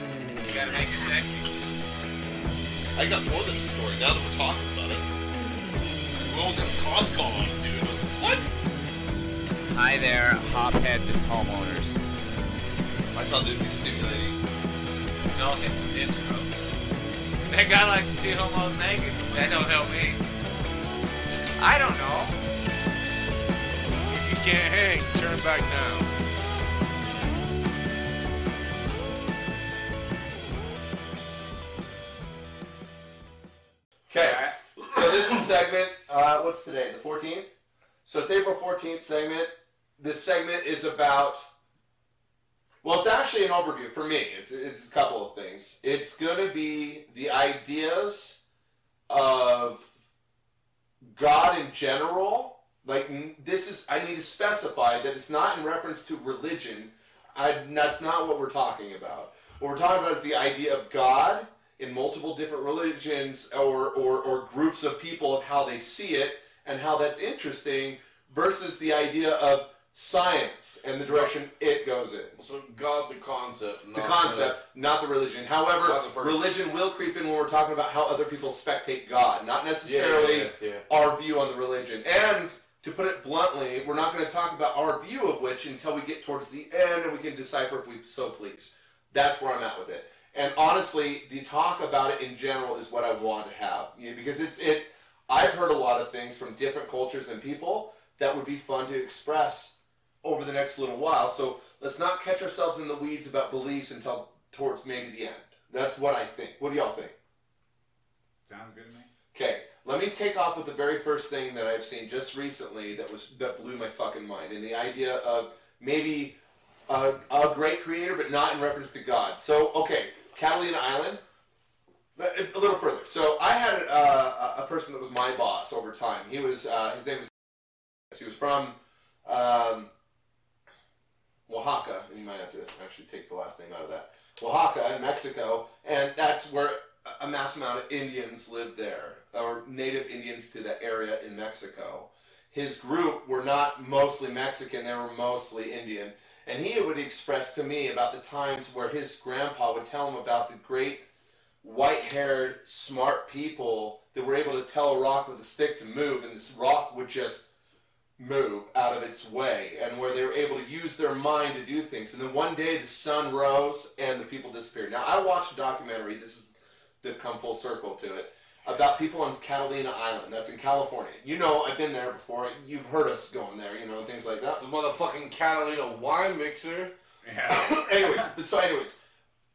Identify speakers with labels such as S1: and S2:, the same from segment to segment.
S1: man, Hank is sexy.
S2: I got more than a story now that we're talking about it. We almost had a cons call on us, dude. I was like, what?
S1: Hi there, hopheads and homeowners.
S2: I thought they'd be stimulating.
S1: It's all hits and dips, bro. That guy likes to see homos naked. That don't help me. I don't know.
S3: If you can't hang, turn back now.
S4: Okay. So this is segment. Uh, what's today? The fourteenth. So it's April fourteenth segment. This segment is about. Well, it's actually an overview for me. It's, it's a couple of things. It's going to be the ideas of God in general. Like n- this is, I need to specify that it's not in reference to religion. I, that's not what we're talking about. What we're talking about is the idea of God in multiple different religions or, or, or groups of people of how they see it and how that's interesting versus the idea of science and the direction it goes in.
S5: So God, the concept. Not
S4: The concept, not the religion. However,
S5: Not the person.
S4: religion will creep in when we're talking about how other people spectate God, not
S5: the- yeah,
S4: necessarily
S5: yeah, yeah, yeah.
S4: our view on the religion. And to put it bluntly, we're not going to talk about our view of which until we get towards the end and we can decipher if we so please. That's where I'm at with it. And honestly, the talk about it in general is what I want to have you know, because it's it. I've heard a lot of things from different cultures and people that would be fun to express over the next little while. So let's not catch ourselves in the weeds about beliefs until towards maybe the end. That's what I think. What do y'all think?
S1: Sounds good to me.
S4: Okay, let me take off with the very first thing that I've seen just recently that was that blew my fucking mind, and the idea of maybe a, a great creator, but not in reference to God. So, okay, Catalina Island. but uh, A a little further. So I had a, a, a person that was my boss over time. He was uh, his name was he was from um, Oaxaca, and you might have to actually take the last name out of that. Oaxaca in Mexico, and that's where a- a mass amount of Indians lived there, or native Indians to the area in Mexico. His group were not mostly Mexican, they were mostly Indian. And he would express to me about the times where his grandpa would tell him about the great white haired, smart people that were able to tell a rock with a stick to move, and this rock would just move out of its way and where they were able to use their mind to do things. And then one day the sun rose and the people disappeared. Now, I watched a documentary, this is the come full circle to it, about people on Catalina Island. That's in California. You know, I've been there before. You've heard us going there, you know, things like that.
S5: The motherfucking Catalina wine mixer.
S1: Yeah.
S4: anyways, but so anyways,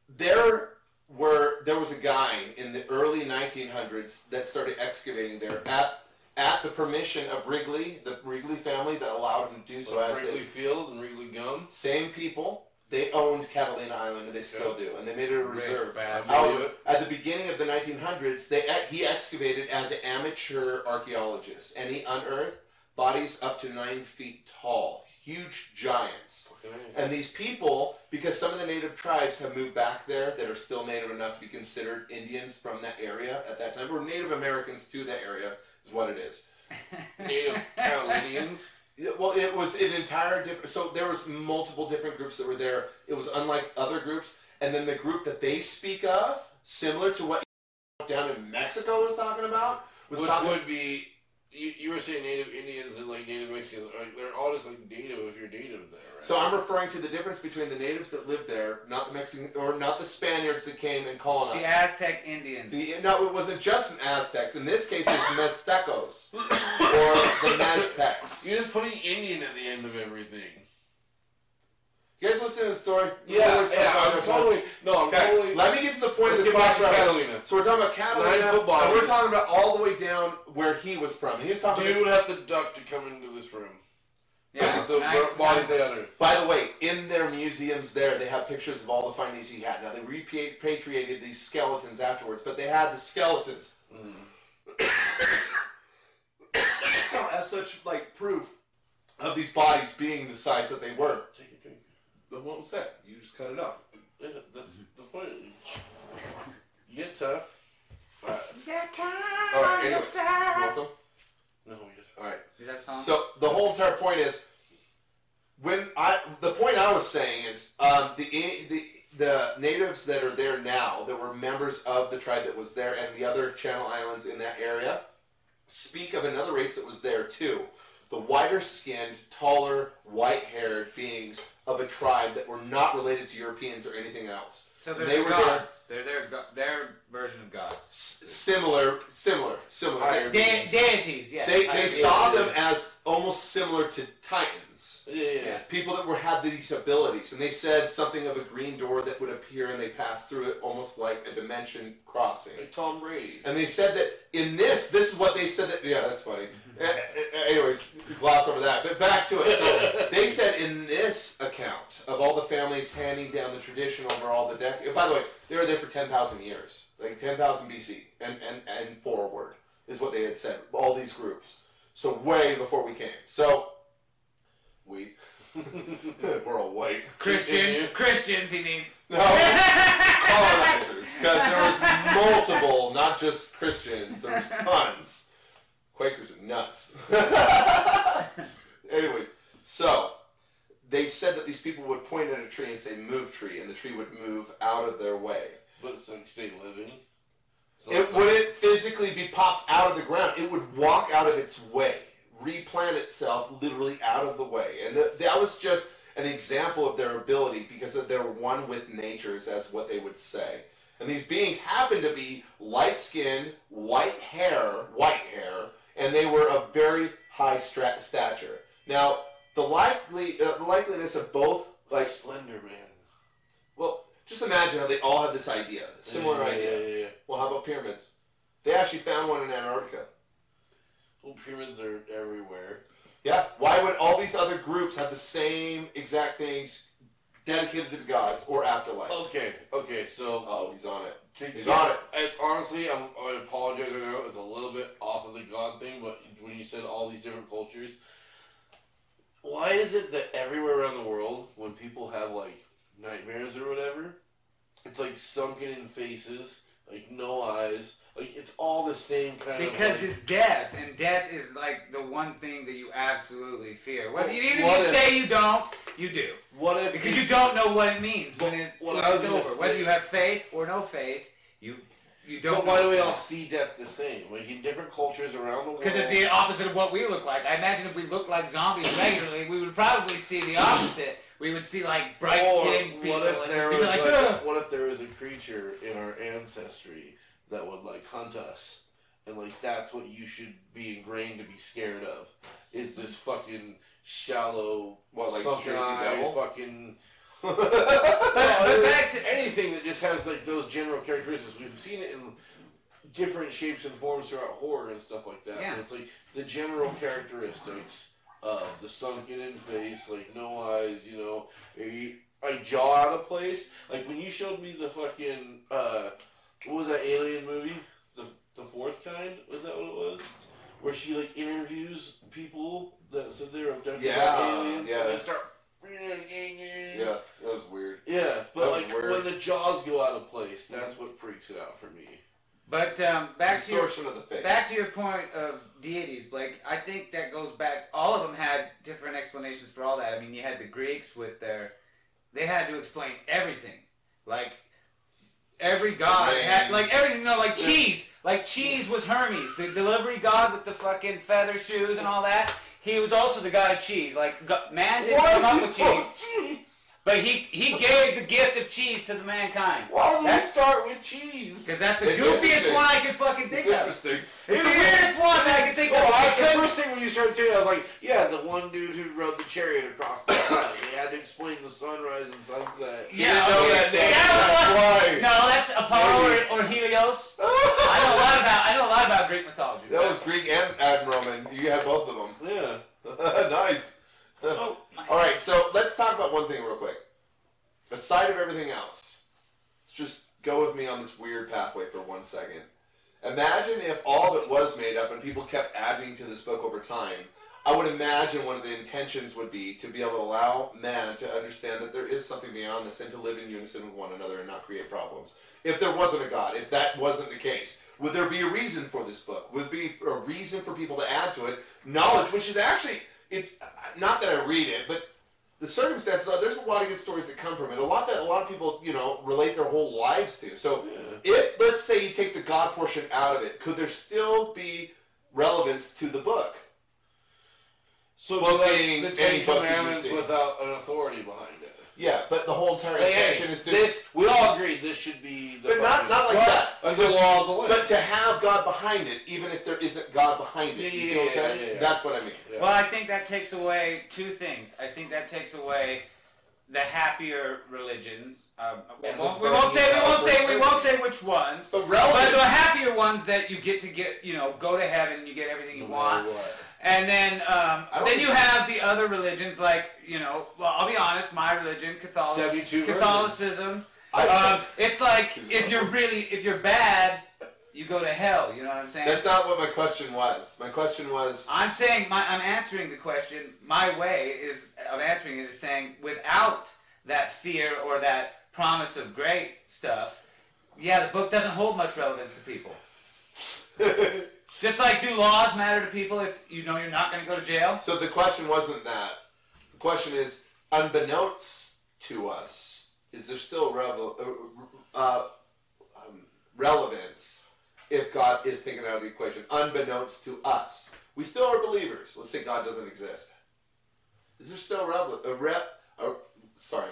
S4: there were there was a guy in the early 1900s that started excavating there at at the permission of Wrigley, the Wrigley family that allowed him to do so. as they-
S5: Wrigley Field and Wrigley Gum.
S4: Same people. They owned Catalina Island, and they still do, and they made it a reserve.
S5: I
S1: Bastard.
S5: believe it.
S4: At the beginning of the 1900s, they he excavated as an amateur archaeologist, and he unearthed bodies up to nine feet tall, huge giants. And these people, because some of the native tribes have moved back there that are still native enough to be considered Indians from that area at that time, or Native Americans to that area, is what it is.
S5: Native Catalinians.
S4: Yeah, Well, it was an entire different. So there was multiple different groups that were there. It was unlike other groups, and then the group that they speak of, similar to what down in Mexico was talking about, was
S5: Which
S4: talking.
S5: would be. You, you were saying Native Indians and like Native Mexicans. Like, they're all just like Native if you're Native there, right?
S4: so I'm referring to the difference between the natives that lived there, not the Mexican or not the Spaniards that came and colonized.
S1: The Aztec Indians.
S4: The, no, it wasn't just Aztecs. In this case, it's Meztecos or the Maztecs.
S5: You're just putting Indian at the end of everything.
S4: You guys listen to the story. You
S5: Yeah,
S4: always talk
S5: yeah,
S4: about
S5: I'm
S4: it.
S5: totally. No, I'm
S4: Okay,
S5: totally.
S4: let me get to the point
S5: Let's
S4: of the
S5: get back to
S4: crossroads.
S5: Catalina.
S4: So we're talking about Catalina,
S5: Nine football
S4: and we're
S5: teams.
S4: talking about all the way down where he was from. He was talking.
S5: Dude would have to duck to come into this room.
S1: yeah,
S5: The
S1: nine- nine-
S5: bodies they unearthed.
S4: by the way, in their museums there, they have pictures of all the findings he had. Now they repatriated these skeletons afterwards, but they had the skeletons as such like proof of these bodies being the size that they were.
S5: Take a drink.
S4: What was that? You just cut it up.
S5: Yeah, that's the point. You get tough. Alright.
S4: All right. Anyway, You want some?
S5: No, we just.
S4: all right.
S1: Is that a song?
S4: So the whole entire point is when I the point I was saying is um, the the the natives that are there now, that were members of the tribe that was there and the other Channel Islands in that area, speak of another race that was there too. The whiter skinned, taller, white haired beings of a tribe that were not related to Europeans or anything else.
S1: So they're
S4: They
S1: the
S4: were
S1: gods. They're their go- their version of gods.
S4: S- similar, similar, similar.
S5: Higher
S4: They,
S1: De- deities, yes.
S4: they,
S1: I-
S4: they saw them as almost similar to Titans.
S5: Yeah, yeah, yeah.
S1: Yeah.
S4: people that were had these abilities, and they said something of a green door that would appear, and they passed through it almost like a dimension crossing.
S5: Like Tom Brady.
S4: And they said that in this, this is what they said that. Yeah, that's funny. Eh, eh, eh, Anyways, gloss over that. But back to it. So they said in this account of all the families handing down the tradition over all the decades. By the way, they were there for ten thousand years, like ten thousand BC and, and and forward is what they had said. All these groups. So way before we came. So we we're all white.
S1: Christian
S5: Continue.
S1: Christians he needs.
S4: No colonizers because there was multiple, not just Christians. There was tons. Quakers are nuts. Anyways, so they said that these people would point at a tree and say "move tree," and the tree would move out of their way.
S5: But it's like stay living. So
S4: It wouldn't physically be popped out of the ground. It would walk out of its way, replant itself literally out of the way. And th- that was just an example of their ability because of their one with nature's, as what they would say. And these beings happened to be light skinned, white hair, white hair, and they were of very high stra- stature. Now, the likely uh, the likeliness of both,
S5: like
S4: like,
S5: Slender Man.
S4: well, just imagine how they all had this idea, similar
S5: yeah,
S4: idea.
S5: Yeah, yeah, yeah.
S4: Well, how about pyramids? They actually found one in Antarctica.
S5: Well, pyramids are everywhere.
S4: Yeah. Why would all these other groups have the same exact things dedicated to the gods or afterlife? Oh,
S5: Okay, okay, so
S4: he's on it.
S5: to
S4: He's
S5: get-
S4: on it.
S5: I, honestly, I'm, I apologize. I know it's a little bit off of the God thing, but when you said all these different cultures, why is it that everywhere around the world, when people have like nightmares or whatever, it's like sunken in faces, like no eyes, like it's all the same kind
S1: Because
S5: of. like-
S1: it's death, and death is like the one thing that you absolutely fear. Whether you, even
S5: What
S1: if you
S5: if-
S1: say you don't, you do.
S5: what if
S1: Because you
S5: it's-
S1: don't know what it means when it's,
S5: Well,
S1: when
S5: I was
S1: it's
S5: gonna
S1: over.
S5: say-
S1: Whether you have faith or no faith, you you don't.
S5: But
S1: know
S5: why do
S1: it's
S5: we all
S1: death.
S5: see death the same? Like in different cultures around the world.
S1: Because it's the opposite of what we look like. I imagine if we looked like zombies regularly, we would probably see the opposite. We would see like bright
S5: Or
S1: skinned people.
S5: What if
S1: and
S5: there
S1: we'd
S5: was
S1: be like,
S5: like-
S1: "Ugh."
S5: what if there was a creature in our ancestry that would like hunt us, and like that's what you should be ingrained to be scared of? Is this fucking shallow,
S4: What, like
S5: sunken
S4: Jersey
S5: eye
S4: Devil?
S5: fucking
S1: but, but back to
S5: anything that just has like those general characteristics? We've seen it in different shapes and forms throughout horror and stuff like that.
S1: Yeah.
S5: But it's like the general characteristics of the sunken in face, like no eyes, you know, a, a jaw out of place. Like when you showed me the fucking uh, what was that alien movie? The the fourth kind was that what it was? Where she like interviews people that said they're abducted by
S4: Yeah,
S5: aliens
S4: yeah.
S5: and they start
S4: Yeah, that was weird.
S5: yeah,
S4: That
S5: but
S4: was
S5: like
S4: weird.
S5: when the jaws go out of place, that's what freaks it out for me.
S1: but um, back to your
S4: Distortion of the face.
S1: Back to your point of deities, Blake. I think that goes back. All of them had different explanations for all that. I mean, you had the Greeks with their, they had to explain everything, like every god
S4: rain.
S1: had, like everything. No, like cheese. Like cheese was Hermes, the delivery god with the fucking feather shoes and all that. He was also the god of cheese. Like go- man didn't come up with cheese, but he he gave the gift of cheese to the mankind.
S5: Why would
S1: That's-
S5: start with cheese?
S1: Because that's the
S4: It's
S1: goofiest
S4: interesting.
S1: one I can fucking
S4: It's
S1: think of.
S4: interesting.
S1: It's the weirdest one I can think of.
S5: Oh,
S1: I
S5: I, the
S1: couldn't
S5: first thing when you started saying, it, I was like, "Yeah, the one dude who rode the chariot across the valley. He had to explain the sunrise and sunset."
S1: Yeah,
S4: You know
S1: okay,
S4: that
S1: so
S4: name,
S1: that
S4: that's
S1: was- No, that's Apollo or, or Helios. I know a lot about I know a lot about Greek mythology.
S4: That was Greek and, and Roman. You had both of them.
S5: yeah.
S4: nice.
S1: Oh, my-
S4: All right, so let's talk about one thing real quick. Aside of everything else, let's just go with me on this weird pathway for one second. Imagine if all of it was made up and people kept adding to this book over time. I would imagine one of the intentions would be to be able to allow man to understand that there is something beyond this and to live in unison with one another and not create problems. If there wasn't a God, if that wasn't the case, would there be a reason for this book? Would there be a reason for people to add to it knowledge, which is actually, if not that I read it, but the circumstances are there's a lot of good stories that come from it. A lot that a lot of people you know relate their whole lives to. So if let's say you take the God portion out of it, could there still be relevance to the book?
S5: So
S4: Well,
S5: like
S4: being
S5: the
S4: any
S5: Ten
S4: book you
S5: Commandments
S4: see.
S5: without an authority behind it.
S4: Yeah, but the whole entire
S5: Like,
S4: intention
S5: hey,
S4: is to
S5: this we all agree this should be the
S4: But not-
S5: fucking-
S4: not like
S5: Right.
S4: that.
S5: Like the law of the land.
S4: But to have God behind it, even if there isn't God behind it, you
S5: Yeah,
S4: see what I'm
S5: yeah,
S4: saying?
S5: yeah, yeah.
S4: That's what I mean.
S5: Yeah.
S1: Well, I think that takes away two things. I think that takes away the happier religions. Um, we,
S4: And
S1: won't,
S4: the
S1: we won't say. We won't say. We
S4: burning
S1: won't say which ones.
S4: But
S1: But the
S4: relevant.
S1: happier ones that you get to get, you know, go to heaven and you get everything you
S5: No
S1: want.
S5: matter what.
S1: And then, um,
S4: I don't
S1: then
S4: think-
S1: you have the other religions, like you know. Well, I'll be honest, my religion, Catholic,
S5: 72
S1: Catholicism.
S4: I-
S1: um, it's like if you're really, if you're bad, you go to hell. You know what I'm saying?
S4: that's not what my question was. My question was
S1: I'm saying my, I'm answering the question. My way is of answering it is saying without that fear or that promise of great stuff, yeah, the book doesn't hold much relevance to people. Just like do laws matter to people if you know you're not going to go to jail?
S4: so the question wasn't that. The question is unbeknownst to us, is there still revel- uh, uh, um, relevance if God is taken out of the equation? Unbeknownst to us, we still are believers. Let's say God doesn't exist. Is there still relevant? A re- a, sorry,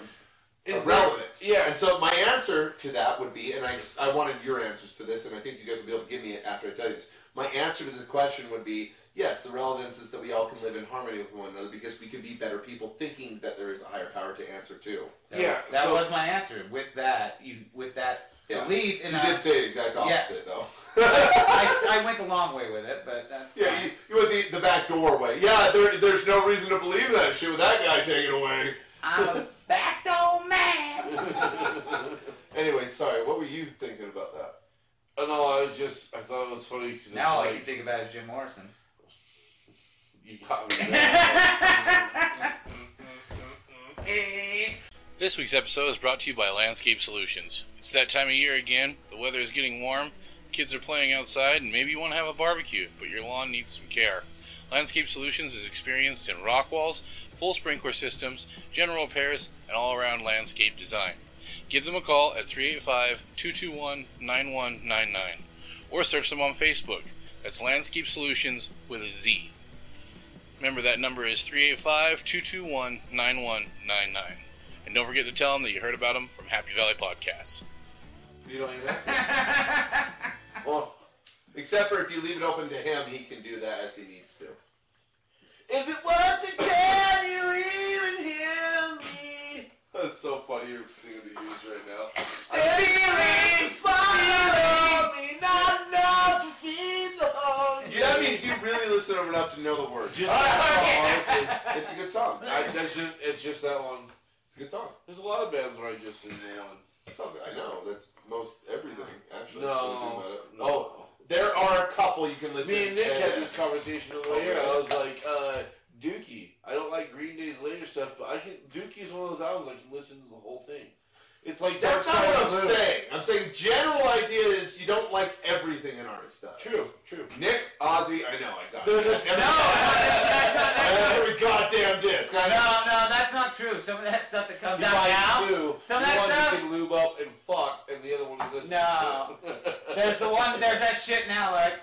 S5: Is
S4: relevant.
S5: there- yeah.
S4: And so my answer to that would be, and I, I wanted your answers to this, and I think you guys will be able to give me it after I tell you this. My answer to the question would be, yes, the relevance is that we all can live in harmony with one another because we can be better people thinking that there is a higher power to answer to.
S5: Yeah,
S1: that
S5: so-
S1: was my answer. With that, you with that
S4: Yeah.
S1: belief, and
S4: You
S1: I,
S4: did say the exact
S1: Yeah.
S4: opposite, though.
S1: I, I went the long way with it, but that's
S4: Yeah, you, you went the, the back doorway. Yeah, there, there's no reason to believe that shit with that guy taken away.
S1: I'm a back door man.
S4: Anyway, sorry, what were you thinking about that?
S5: Oh, no, I was just I thought it was funny because
S1: Now all I
S5: like,
S1: can think about is Jim Morrison.
S5: you got me. there.
S6: This week's episode is brought to you by Landscape Solutions. It's that time of year again. The weather is getting warm, kids are playing outside, and maybe you want to have a barbecue, but your lawn needs some care. Landscape Solutions is experienced in rock walls, full sprinkler systems, general repairs, and all around landscape design. Give them a call at 385 221 9199 or search them on Facebook. That's Landscape Solutions with a Z. Remember that number is 385 221 9199. And don't forget to tell them that you heard about them from Happy Valley Podcasts.
S5: you don't even. well,
S4: Except for if you leave it open to him, he can do that as he needs to.
S5: is it worth the time you even hear me?
S4: That's so funny you're singing the U's right now. Yeah, that means you really listen to him enough to know the words.
S5: Just that song, honestly.
S4: It's a good song.
S5: I,
S4: I-
S5: that's just, it's just that one.
S4: it's a good song.
S5: There's a lot of bands where I just sing the one.
S4: It's all good. I know. That's most everything, actually.
S5: No,
S4: when you think about it.
S5: no.
S4: Oh, there are a couple you can listen uh, oh,
S5: Me and Nick had
S4: and-
S5: this conversation over the year. I was like, uh, Dookie. I don't like Green Day's later stuff, but I can. Dookie's one of those albums I can listen to the whole thing. It's like
S4: That's
S5: Dark
S4: not
S5: Side
S4: what
S5: of
S4: I'm
S5: the Moon.
S4: saying. I'm saying general idea is you don't like everything an artist does.
S5: True, true.
S4: Nick, Ozzy, I know, I got
S5: There's
S4: it.
S5: a-
S4: That's every-
S1: No, no, that's- that's not- that's not-
S4: Every goddamn disc. I
S1: No,
S4: know.
S1: no, that's not true. Some of that stuff that comes
S5: You
S1: out
S5: like
S1: now.
S5: two.
S1: So
S5: you
S1: that's
S5: one
S1: not-
S5: you can lube up and fuck, and the other one you listen
S1: No.
S5: to.
S1: There's the one. There's that shit now, like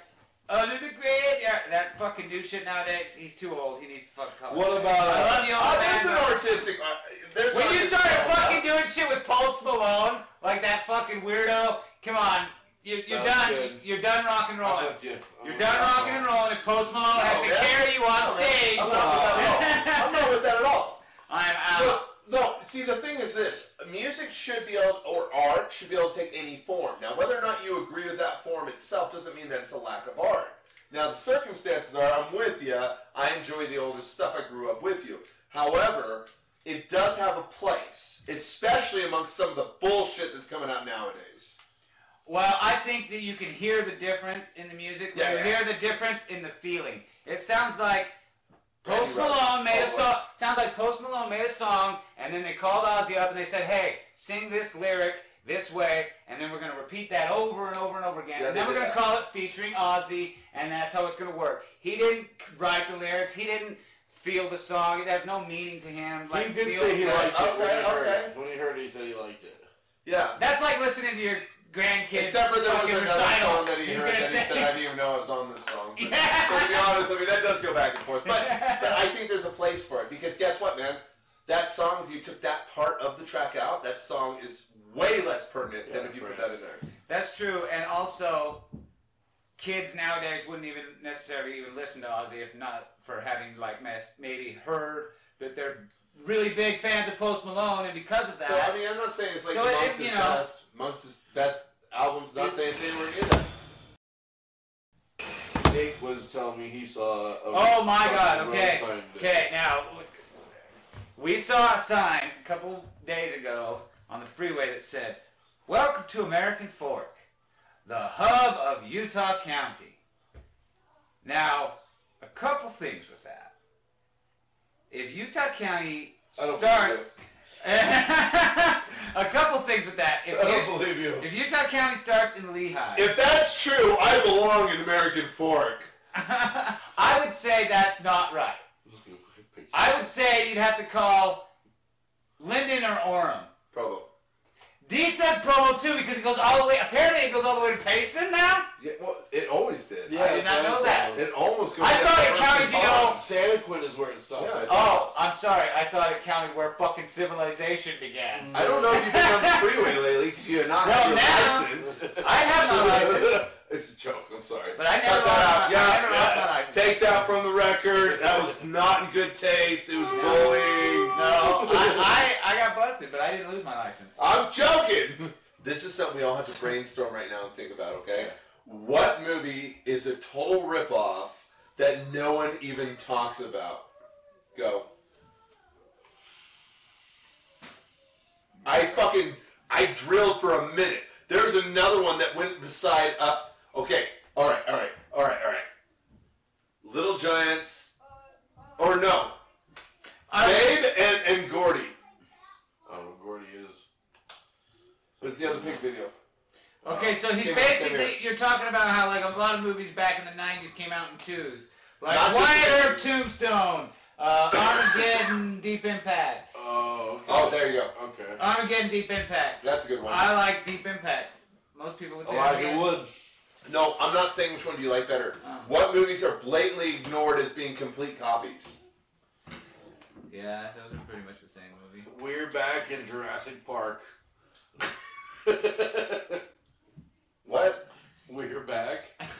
S1: under the graveyard. That fucking new shit nowadays. He's too old. He needs to fuck color.
S5: What about,
S1: I
S5: uh,
S1: love you, old
S4: Oh,
S1: man.
S4: there's an artistic. Uh, there's
S1: When you
S4: artistic-
S1: started fucking doing shit with Post Malone, like that fucking weirdo. Come on, you're, you're
S5: That was
S1: done.
S5: good.
S1: You're done rocking and
S5: I'm
S1: rolling.
S5: with you. I'm
S1: You're
S5: with
S1: done
S5: you.
S1: rocking and rolling. If Post Malone has to
S4: Oh, yeah.
S1: carry you on
S4: No, man.
S1: stage,
S4: I'm not with that at all. I'm not with that at all.
S1: I'm out.
S4: No, no, see, the thing is this music should be able, or art should be able to take any form. Now, whether or not you agree with that form itself doesn't mean that it's a lack of art. Now, the circumstances are I'm with you, I enjoy the older stuff, I grew up with you. However, it does have a place, especially amongst some of the bullshit that's coming out nowadays.
S1: Well, I think that you can hear the difference in the music. when
S4: Yeah,
S1: you
S4: yeah.
S1: hear the difference in the feeling. It sounds like
S4: Randy
S1: Post
S4: Rhoads.
S1: Malone made a
S4: Oh,
S1: song. Sounds like Post Malone made a song, and then they called Ozzy up and they said, "Hey, sing this lyric this way," and then we're gonna repeat that over and over and over again,
S4: Yeah,
S1: and
S4: they
S1: then we're
S4: did
S1: gonna
S4: that.
S1: call it featuring Ozzy, and that's how it's gonna work. He didn't write the lyrics. He didn't feel the song. It has no meaning to him. Like,
S4: He did
S1: feel
S4: say he
S1: the-
S4: liked it.
S5: when, he
S4: Okay,
S5: heard,
S4: okay.
S5: it. when he heard it, he said he liked it.
S4: Yeah.
S1: That's like listening to your grandkids.
S4: Except for there was
S1: fucking
S4: another
S1: recital.
S4: song that he
S1: He's
S4: heard
S1: gonna
S4: that he
S1: say-
S4: said, I didn't even know I was on this song. But-
S1: Yeah.
S4: So to be honest, I mean, that does go back and forth. But, but I think there's a place for it because guess what, man? That song, if you took that part of the track out, that song is way less pertinent than
S5: Yeah,
S4: if you
S5: for
S4: put
S5: sure.
S4: that in there.
S1: That's true, and also, kids nowadays wouldn't even necessarily even listen to Ozzy if not for having like mas- maybe heard that they're really big fans of Post Malone, and because of that,
S4: So I mean, I'm not saying it's like
S1: So it-
S4: Monks'
S1: it- you know-
S4: best, Monks' best albums. Not saying it's anywhere near that.
S5: Nick was telling me he saw. A
S1: oh my
S5: fucking
S1: God,
S5: road
S1: okay,
S5: sign that-
S1: okay, now we saw a sign a couple days ago on the freeway that said, "Welcome to American Fork, the hub of Utah County." Now, a couple things with that. If Utah County
S4: I don't
S1: starts, a couple things with that. If,
S4: I don't
S1: you-
S4: believe you.
S1: if Utah County starts in Lehigh,
S4: If that's true, I belong in American Fork.
S1: I would say that's not right.
S5: This is gonna fucking picture.
S1: I would say you'd have to call Linden or Orem.
S4: Provo.
S1: D says promo too because it goes all the way. Apparently, it goes all the way to Payson now.
S4: Yeah, well, it always did.
S5: Yeah,
S1: I did not know that.
S4: It almost goes.
S1: I
S4: to
S1: thought it
S4: Emerson
S1: counted, you
S4: Pond.
S1: know-
S5: Santa Quinn is where it stops.
S4: Yeah, it's-
S1: Oh, I'm sorry. I thought it counted where fucking civilization began.
S4: I don't know if you've been on the freeway lately because you have not
S1: Well,
S4: had your
S1: now-
S4: license.
S1: I have my license,
S4: it's a joke. I'm sorry.
S1: but I never lost
S4: Cut
S1: my,
S4: that out.
S1: I
S4: Yeah,
S1: never lost my
S4: yeah.
S1: license.
S4: Take that from the record. That was not in good taste. It was bullying.
S1: No, I, I, I got busted, but I didn't lose my license.
S4: I'm joking. This is something we all have to brainstorm right now and think about, okay? What movie is a total ripoff that no one even talks about? Go. I fucking I drilled for a minute. There's another one that went beside up. Okay, all right, all right, all right, all right. Little Giants, or no,
S1: I,
S4: Babe and and Gordy
S5: Oh, Gordy is.
S4: was the other pig video.
S1: okay, so he's
S4: Give me- give me-
S1: basically you're talking about how like a lot of movies back in the '90s came out in twos, like
S4: Not just-
S1: Wyatt Earp, Tombstone, uh, Armageddon, Deep Impact.
S5: Oh, okay.
S4: Oh, there you go.
S5: Okay.
S1: Armageddon, Deep Impact.
S4: That's a good one.
S1: I like Deep Impact. Most people would say
S5: Elijah
S1: Armageddon.
S5: Wood.
S4: No, I'm not saying which one do you like better.
S1: Oh.
S4: What movies are blatantly ignored as being complete copies?
S1: Yeah, those are pretty much the same movie.
S5: We're back in Jurassic Park.
S4: What?
S5: We're back.
S1: I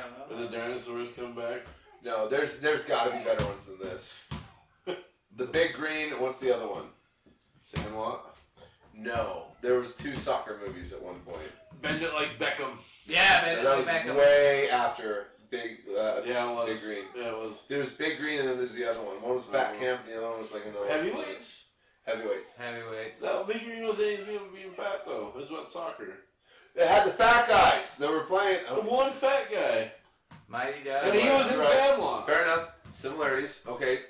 S1: don't
S5: When the
S1: know.
S5: dinosaurs come back.
S4: No, there's there's got to be better ones than this. The Big Green. and What's the other one?
S5: Sandlot.
S4: No, there was two soccer movies at one point.
S5: Bend it like Beckham.
S1: Yeah, man,
S4: that
S1: that
S4: was
S1: back up.
S4: way after Big. Uh,
S5: Yeah, it was.
S4: Big Green.
S5: Yeah, it was.
S4: There's Big Green and then there's the other one. One was Fat
S5: Oh.
S4: Camp and the other one was like another.
S5: Heavyweights?
S4: Heavyweights.
S1: Heavyweights.
S5: No, Big Green was anything about being fat though. It was about soccer.
S4: They had the fat guys that were playing.
S5: The one fat guy.
S1: Mighty
S5: And
S1: Ducks.
S5: he was in
S4: Right.
S5: Sandlot.
S4: Fair enough. Similarities. Okay.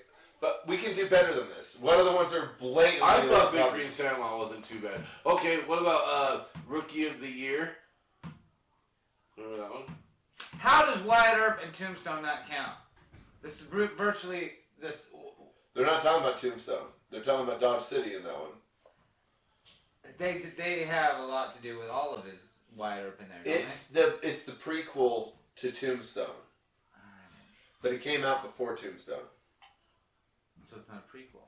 S4: But we can do better than this. What are the ones that are blatantly?
S5: I thought Big
S4: copies?
S5: Green Sandlot wasn't too bad. Okay, what about uh Rookie of the Year? Remember that one?
S1: How does Wyatt Earp and Tombstone not count? This is br- virtually this.
S4: They're not talking about Tombstone. They're talking about Dodge City in that one.
S1: They they have a lot to do with all of his Wyatt Earp in there. Don't
S4: It's the it's the prequel to Tombstone, but it came out before Tombstone.
S1: they? So it's not a prequel.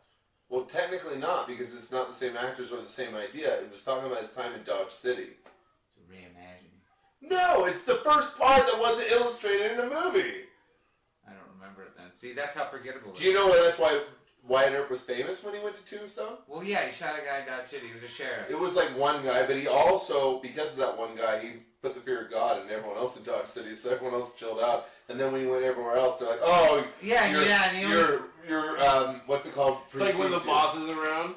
S4: Well, technically not because it's not the same actors or the same idea. It was talking about his time in Dodge City.
S1: It's a reimagining.
S4: No, it's the first part that wasn't illustrated in the movie.
S1: I don't remember it then. See, that's how forgettable.
S4: Do you
S1: it is.
S4: know why that's why Wyatt Earp was famous when he went to Tombstone?
S1: Well, yeah, he shot a guy in Dodge City. He was a sheriff.
S4: It was like one guy, but he also because of that one guy, he put the fear of God in everyone else in Dodge City, so everyone else chilled out. And then when he went everywhere else, they're like, "Oh,
S1: Yeah,
S4: your,
S1: yeah, and he only-
S4: your, your, um, what's it called?
S5: It's like when the
S4: Precedes you.
S5: boss is around.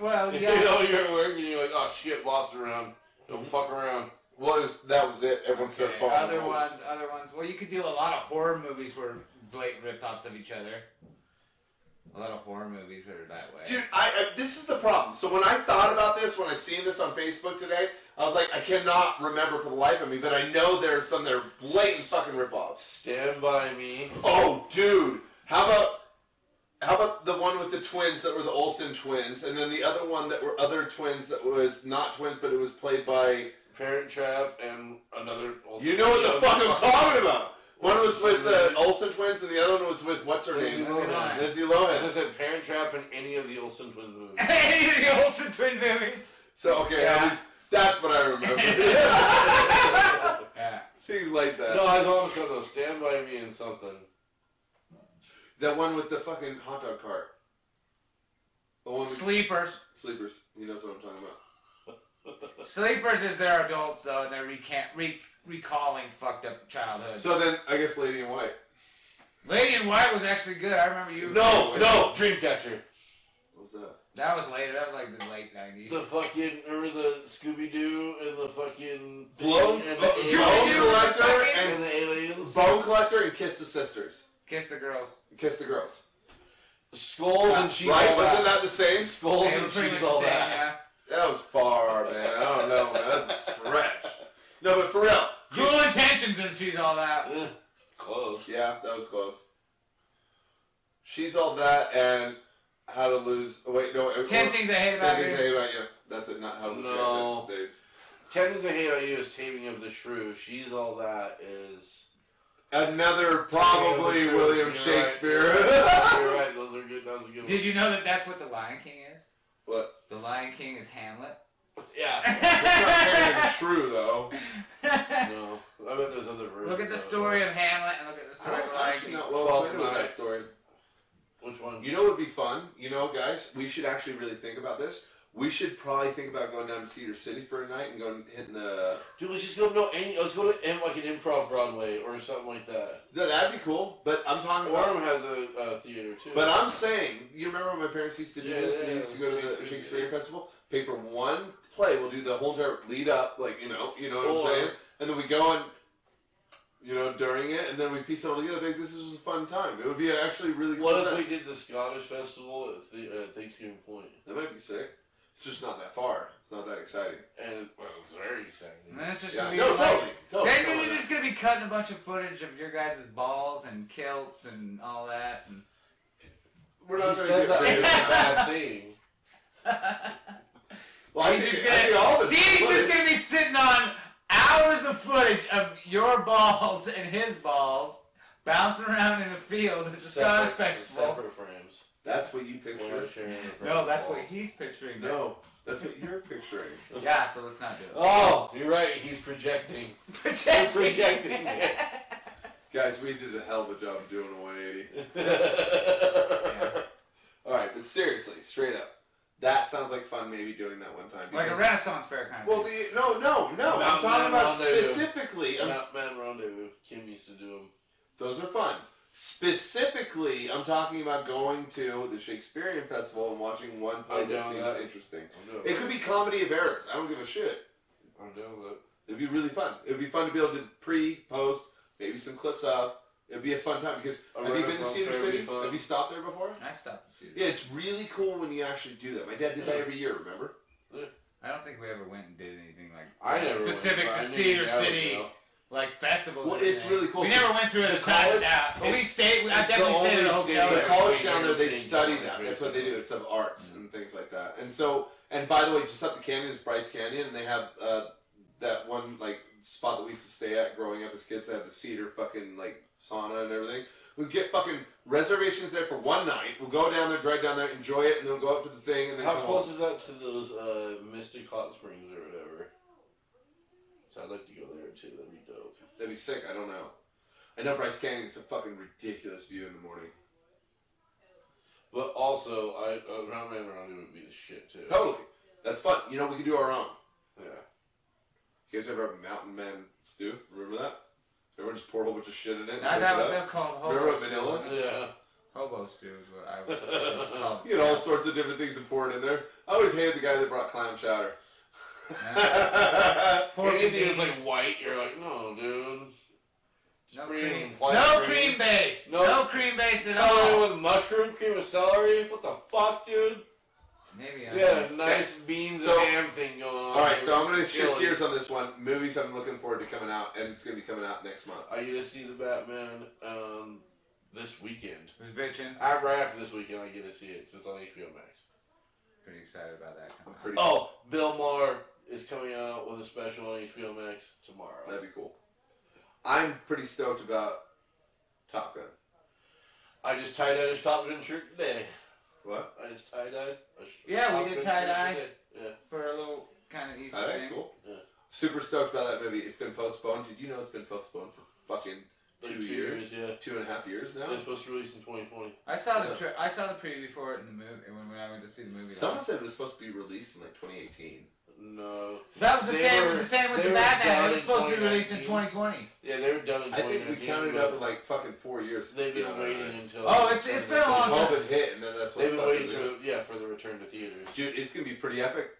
S1: Well,
S5: You
S1: yeah.
S5: know, you're at work and you're like, oh shit, boss is around. Don't fuck around.
S4: Well, it was, that was it. Everyone started
S1: Okay,
S4: following
S1: other
S4: the rules.
S1: ones, other ones. Well, you could do a lot of horror movies where blatant rip-offs of each other. A lot of horror movies that are that way.
S4: Dude, I, I this is the problem. So when I thought about this, when I seen this on Facebook today, I was like, I cannot remember for the life of me, but I know there's some that are blatant fucking ripoffs.
S5: Stand by me.
S4: Oh, dude, how about How about the one with the twins that were the Olsen twins, and then the other one that were other twins that was not twins, but it was played by
S5: Parent Trap and another. also-
S4: you know what the fuck I'm talking about. One was with the
S5: Olsen
S4: Olsen
S5: twins.
S4: twins, and the other one was with what's her
S5: Lindsay
S4: name,
S5: Lohan.
S1: Lohan.
S4: Lindsay
S5: As I
S4: Lohan.
S5: said, Parent Trap and any of the Olsen twin movies.
S1: Any of the Olsen twin movies.
S4: So okay,
S1: Yeah.
S4: at least that's what I remember. Things like that.
S5: no, I was almost going to stand by me and something.
S4: That one with the fucking hot dog cart. The one with
S1: Sleepers.
S4: sleepers. He knows what I'm talking about.
S1: Sleepers is their adults though, and they're recant, re- recalling fucked up childhood.
S4: So then I guess Lady in White.
S1: Lady in White was actually good. I remember you.
S5: No, no, Dreamcatcher.
S4: What was that?
S1: That was later. That was like the late nineties.
S5: The fucking remember the Scooby Doo and the fucking
S4: Blow,
S5: and the,
S4: oh,
S1: Scooby-Doo
S4: Bone
S1: was
S4: Collector
S1: fucking-
S5: and,
S4: and
S5: the aliens.
S4: Bone Collector and Kiss the Sisters.
S1: Kiss the girls.
S4: Kiss the Girls.
S5: Skulls and cheese.
S4: right?
S5: all
S4: Wasn't
S5: that.
S4: that the same?
S5: Skulls
S1: They were
S5: and
S1: pretty much
S5: cheese.
S1: the
S5: All
S1: same,
S5: that.
S1: yeah.
S4: That was far, man. I don't know, man. That's a stretch. No, but for real.
S1: Cruel intentions and she's all that.
S5: Eh, Close.
S4: Yeah, that was close. She's all that and how to lose. Oh, wait, no. it-
S1: Ten
S4: or-
S1: things I hate
S4: Ten
S1: about
S4: things I
S1: you.
S4: hate about you. That's it. Not how to lose
S5: No.
S4: Your days.
S5: Ten things I hate about you is Taming of the Shrew. She's all that is.
S4: Another
S5: Taming
S4: probably
S5: of the Shrew,
S4: William
S5: you're
S4: Shakespeare.
S5: Right. You're right. Those are good. That was a good.
S1: Did you know that that's what the Lion King is?
S4: What?
S1: The Lion King is Hamlet.
S5: one. Yeah.
S4: It's not Taming of the Shrew though.
S5: No. I bet there's other versions.
S1: look at the
S5: of it.
S1: story of Hamlet and look at the
S4: I
S1: story of
S4: don't
S1: the Lion
S4: actually
S1: King.
S4: know. Well,
S5: Twelve
S4: wait a minute,
S5: Knives.
S4: that story.
S5: Which one?
S4: You know what would be fun? You know, guys, we should actually really think about this. We should probably think about going down to Cedar City for a night and going hitting the.
S5: Dude, let's just go no. Any, let's go to M, like an improv Broadway or something like that.
S4: No, That'd be cool. But I'm talking about.
S5: Orem has a, a theater too.
S4: But I'm saying, you remember when my parents used to do
S5: Yeah,
S4: this?
S5: yeah,
S4: they used to go to the
S5: Shakespeare,
S4: Shakespeare
S5: yeah.
S4: Festival. Pay for one play. We'll do the whole entire lead up, like you know, you know what
S5: Or-
S4: I'm saying. And then we go and. You know, during it, and then we piece it all together. Like this is a fun time. It would be actually really. cool.
S5: what if we
S4: night.
S5: did the Scottish Festival at the, uh, Thanksgiving Point?
S4: That might be sick. It's just not that far. It's not that exciting.
S5: And well, it's very exciting.
S1: And then it's just
S4: Yeah.
S1: gonna be
S4: No,
S1: like-
S4: totally. totally.
S1: Then
S4: totally.
S1: you're just gonna be cutting a bunch of footage of your guys' balls and kilts and all that. And
S4: We're
S5: He
S4: not gonna
S5: says
S4: get
S5: that
S4: creative.
S5: it's a bad thing.
S4: Well, I
S1: He's
S4: think-
S1: just
S4: I think
S1: gonna-
S4: all this
S1: Dean's
S4: footage-
S1: just gonna be sitting on hours of footage of your balls and his balls bouncing around in a field at the Scottish Festival.
S5: separate frames.
S4: That's what you
S5: We're
S4: pictured.
S5: not sharing the frame
S1: No, that's
S5: wall.
S1: what he's picturing.
S4: No, that's what you're picturing.
S1: Yeah, so let's not do it.
S5: Oh, you're right. He's projecting. You're projecting.
S4: Guys, we did a hell of a job doing a 180.
S1: Yeah.
S4: All right, but seriously, straight up, that sounds like fun. Maybe doing that one time.
S1: Like a
S4: because-
S1: Renaissance fair kind of
S4: Well,
S1: thing.
S4: the no, no, no. I'm
S5: Mountain
S4: talking
S5: Man
S4: about
S5: Rendezvous.
S4: specifically. I'm, s-
S5: Mount Man Rendezvous. Kim used to do them.
S4: those are fun. Specifically, I'm talking about going to the Shakespearean Festival and watching one play
S5: I'm
S4: that
S5: down
S4: seems
S5: with that.
S4: interesting.
S5: I'm doing
S4: It could be comedy of errors. I don't give a shit.
S5: I'm doing it.
S4: It'd be really fun. It'd be fun to be able to do pre, post, maybe some clips of. It'd be a fun time because
S5: A
S4: have you been to
S5: Renaissance
S4: Cedar
S5: fair would be
S4: City?
S5: fun.
S4: Have you stopped there before?
S1: I stopped to see
S4: Yeah,
S1: this.
S4: it's really cool when you actually do that. My dad did that
S5: Yeah.
S4: every year. Remember?
S1: I don't think we ever went and did anything like
S5: I never
S1: specific
S5: went,
S1: to
S5: but I knew
S1: Cedar
S5: that would
S1: City.
S5: go.
S1: like festivals.
S4: Well,
S1: and
S4: it's
S1: everything.
S4: really cool.
S1: We never went through it
S4: The
S1: at the time.
S4: college-
S1: yeah. But we
S4: it's-
S1: stayed. we- I
S5: it's the
S1: definitely stayed at a
S5: only
S1: hotel.
S5: city-
S4: The
S5: Yeah.
S1: there.
S4: college
S5: Yeah.
S4: down there, they
S5: Yeah.
S4: study
S5: Yeah.
S4: that. That's what they do. It's of arts and things like that. And so, and by the way, just up the canyon is Bryce Canyon, and they have uh, that one like spot that we used to stay at growing up as kids. They have the cedar fucking like sauna and everything. We get fucking reservations there for one night. We'll go down there, drive down there, enjoy it, and then we'll go up to the thing. And then
S5: How
S4: come
S5: close
S4: home.
S5: is that to those uh, Mystic Hot Springs or whatever? So I'd like to go there too. That'd be dope.
S4: That'd be sick. I don't know. I know Bryce Canyon's a fucking ridiculous view in the morning.
S5: But also, I uh, Round Man Round would be the shit too.
S4: Totally. That's fun. You know, we can do our own.
S5: Yeah.
S4: You guys ever have Mountain Man stew? Remember that? Everyone just poured a whole bunch of shit in it. and
S1: Now
S4: cooked
S1: that
S4: it
S1: was
S4: up.
S1: they're called hobo
S4: Remember
S1: stew.
S4: vanilla?
S5: Yeah.
S1: Hobo stew is what I was called.
S4: You had all sorts of different things to pour it in there. I always hated the guy that brought clam chowder.
S1: Pork and
S5: Anything that's like
S1: beans.
S5: white, you're like, no, dude.
S1: no
S5: bring
S1: cream.
S5: white
S1: No
S5: cream.
S1: cream base.
S5: No-
S1: No, cream base at
S5: Color
S1: all.
S5: with mushroom, cream of celery. What the fuck, dude?
S1: Maybe I.
S5: You had a nice beans
S4: So-
S5: and ham thing going on.
S4: all right, so I'm
S5: It
S4: gonna
S5: was
S4: shift
S5: chilly.
S4: gears on this one. Movies I'm looking forward to coming out, and it's gonna be coming out next month.
S5: Are you gonna see the Batman um, this weekend.
S1: Who's bitching?
S5: I, right after this weekend, I get to see it 'cause it's on HBO Max.
S1: Pretty excited about that.
S4: I'm pretty.
S5: Oh, Bill Maher is coming out with a special on HBO Max tomorrow.
S4: That'd be cool. I'm pretty stoked about Top Gun.
S5: I just tie dyed his Top Gun shirt today.
S4: What?
S5: I just tie dyed.
S1: Yeah, we did tie-dye.
S5: Yeah.
S1: For a little kind of easy
S4: Oh, that's
S1: thing.
S4: cool.
S5: Yeah.
S4: Super stoked about that movie. It's been postponed. Did you know it's been postponed for fucking
S5: Like
S4: two, years,
S5: Yeah.
S4: two and a half years now?
S5: It's supposed to release in 2020.
S1: I saw the
S4: Yeah.
S1: tra- I saw the preview for it in the movie when, when I went to see the movie.
S4: Someone
S1: last-
S4: said it was supposed to be released in like 2018.
S5: No.
S1: that was the
S5: they
S1: same.
S5: were-
S1: the same with
S5: they
S1: the
S5: were
S1: Batman.
S5: done
S1: It was
S5: in
S1: supposed to be released in
S5: 2019.
S1: 2020.
S5: Yeah, they were done in 2019.
S4: I think we counted
S5: but
S4: up like fucking four years.
S5: They've
S4: since
S5: been
S4: the-
S5: waiting until.
S1: Oh, it's- it's been a long time.
S4: COVID hit, and then that's what.
S5: They've been
S4: fucking
S5: waiting
S4: did
S5: to yeah for the return to theaters.
S4: it. Dude, it's gonna be pretty epic.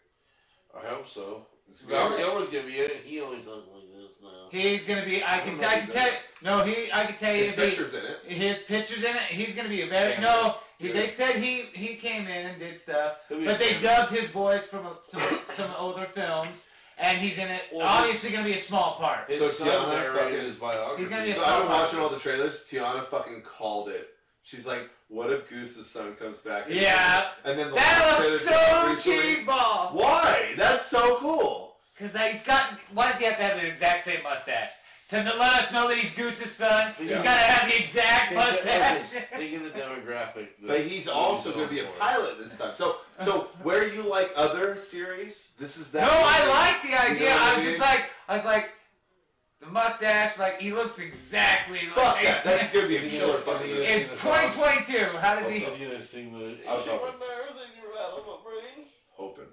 S5: I hope so.
S4: It's
S5: Val
S4: gonna be epic.
S5: Kilmer's gonna be in it. He only talks like this now.
S1: He's gonna be. I can.
S4: Who knows
S1: I can
S4: that?
S1: tell. You, no, he. I can tell you.
S4: His
S1: it'll be-
S4: pictures in it.
S1: His pictures in it. He's gonna be a very
S5: Camera.
S1: no. He,
S4: Yeah.
S1: they said he he came in and did stuff,
S5: He'll be a
S1: but they
S5: camera.
S1: dubbed his voice from a- some some older films, and he's in it.
S5: Well,
S1: obviously,
S5: this-
S1: gonna be a small part.
S5: His
S4: So
S5: son
S4: Tiana
S5: narrated
S4: fucking-
S5: his biography.
S1: He's gonna be a
S4: So I've been
S1: songwriter.
S4: watching all the trailers. Tiana fucking called it. She's like, "What if Goose's son comes back?" and-
S1: Yeah.
S4: And then the
S1: That
S4: last
S1: was
S4: trailer
S1: so
S4: just recently-
S1: cheeseball.
S4: Why? That's so cool.
S1: Because he's got. Why does he have to have the exact same mustache? To let us know that he's Goose's son, he's
S5: Yeah.
S1: got to have the exact
S5: Think of-
S1: mustache.
S5: Think of the demographic.
S4: But he's also going to be a pilot this time. So, so where you like other series, this is that.
S1: no, I like the idea.
S4: know what
S1: I
S4: I
S1: was
S4: mean?
S1: just like, I was like, the mustache, like he looks exactly
S4: Fuck
S1: like.
S4: that. That's going to be a
S5: Is he
S4: killer
S5: gonna-
S4: fucking
S5: is he
S4: movie.
S5: gonna-
S1: It's 2022. How does he?
S5: He's gonna sing the.
S4: I was
S5: Shake my
S4: hoping.
S5: nerves and you rattle my brain.
S4: Open.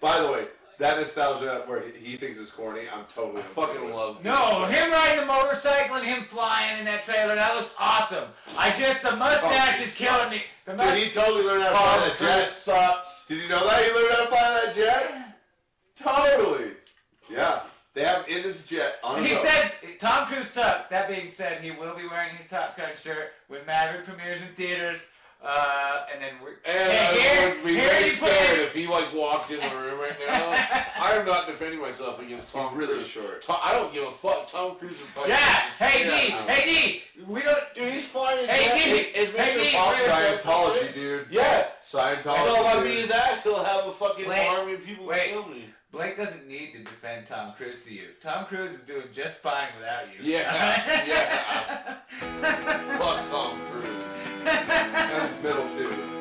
S4: By the way, that nostalgia where he- he thinks is corny, I'm totally.
S5: I fucking love.
S1: No,
S5: this.
S1: him riding the motorcycle and him flying in that trailer. That looks awesome. I just the mustache
S4: Oh,
S1: is killing me. The
S4: Dude, he
S1: mustache.
S4: totally learned how to fly
S5: Tom
S4: that
S5: Cruise
S4: jet.
S5: sucks.
S4: Did you know that he learned how to fly that jet? Totally. Yeah, they have him in his jet on.
S1: He
S4: his own.
S1: says Tom Cruise sucks. That being said, he will be wearing his Top Gun shirt when Maverick premieres in theaters. Uh, and then we're
S5: And
S1: Yeah,
S5: I
S1: here-
S5: would be
S1: here
S5: very
S1: he put
S5: scared
S1: it.
S5: if he like walked in the room right now. I am not defending myself against Tom
S4: He's really
S5: Cruise.
S4: short.
S5: Tom, I don't give a fuck. Tom Cruise would fight.
S1: yeah. Hey
S5: Yeah.
S1: D, hey D, we don't.
S5: Dude, he's flying.
S1: Hey, Diddy.
S5: It's
S1: Hey, Diddy.
S4: Scientology, dude.
S5: Yeah.
S4: Scientology.
S5: That's all I
S4: dude.
S5: beat his ass. He'll have a fucking
S1: Wait.
S5: army of people
S1: Wait.
S5: kill me.
S1: Blake doesn't need to defend Tom Cruise to you. Tom Cruise is doing just fine without you.
S5: Yeah, yeah. Fuck Tom Cruise.
S4: And his middle too.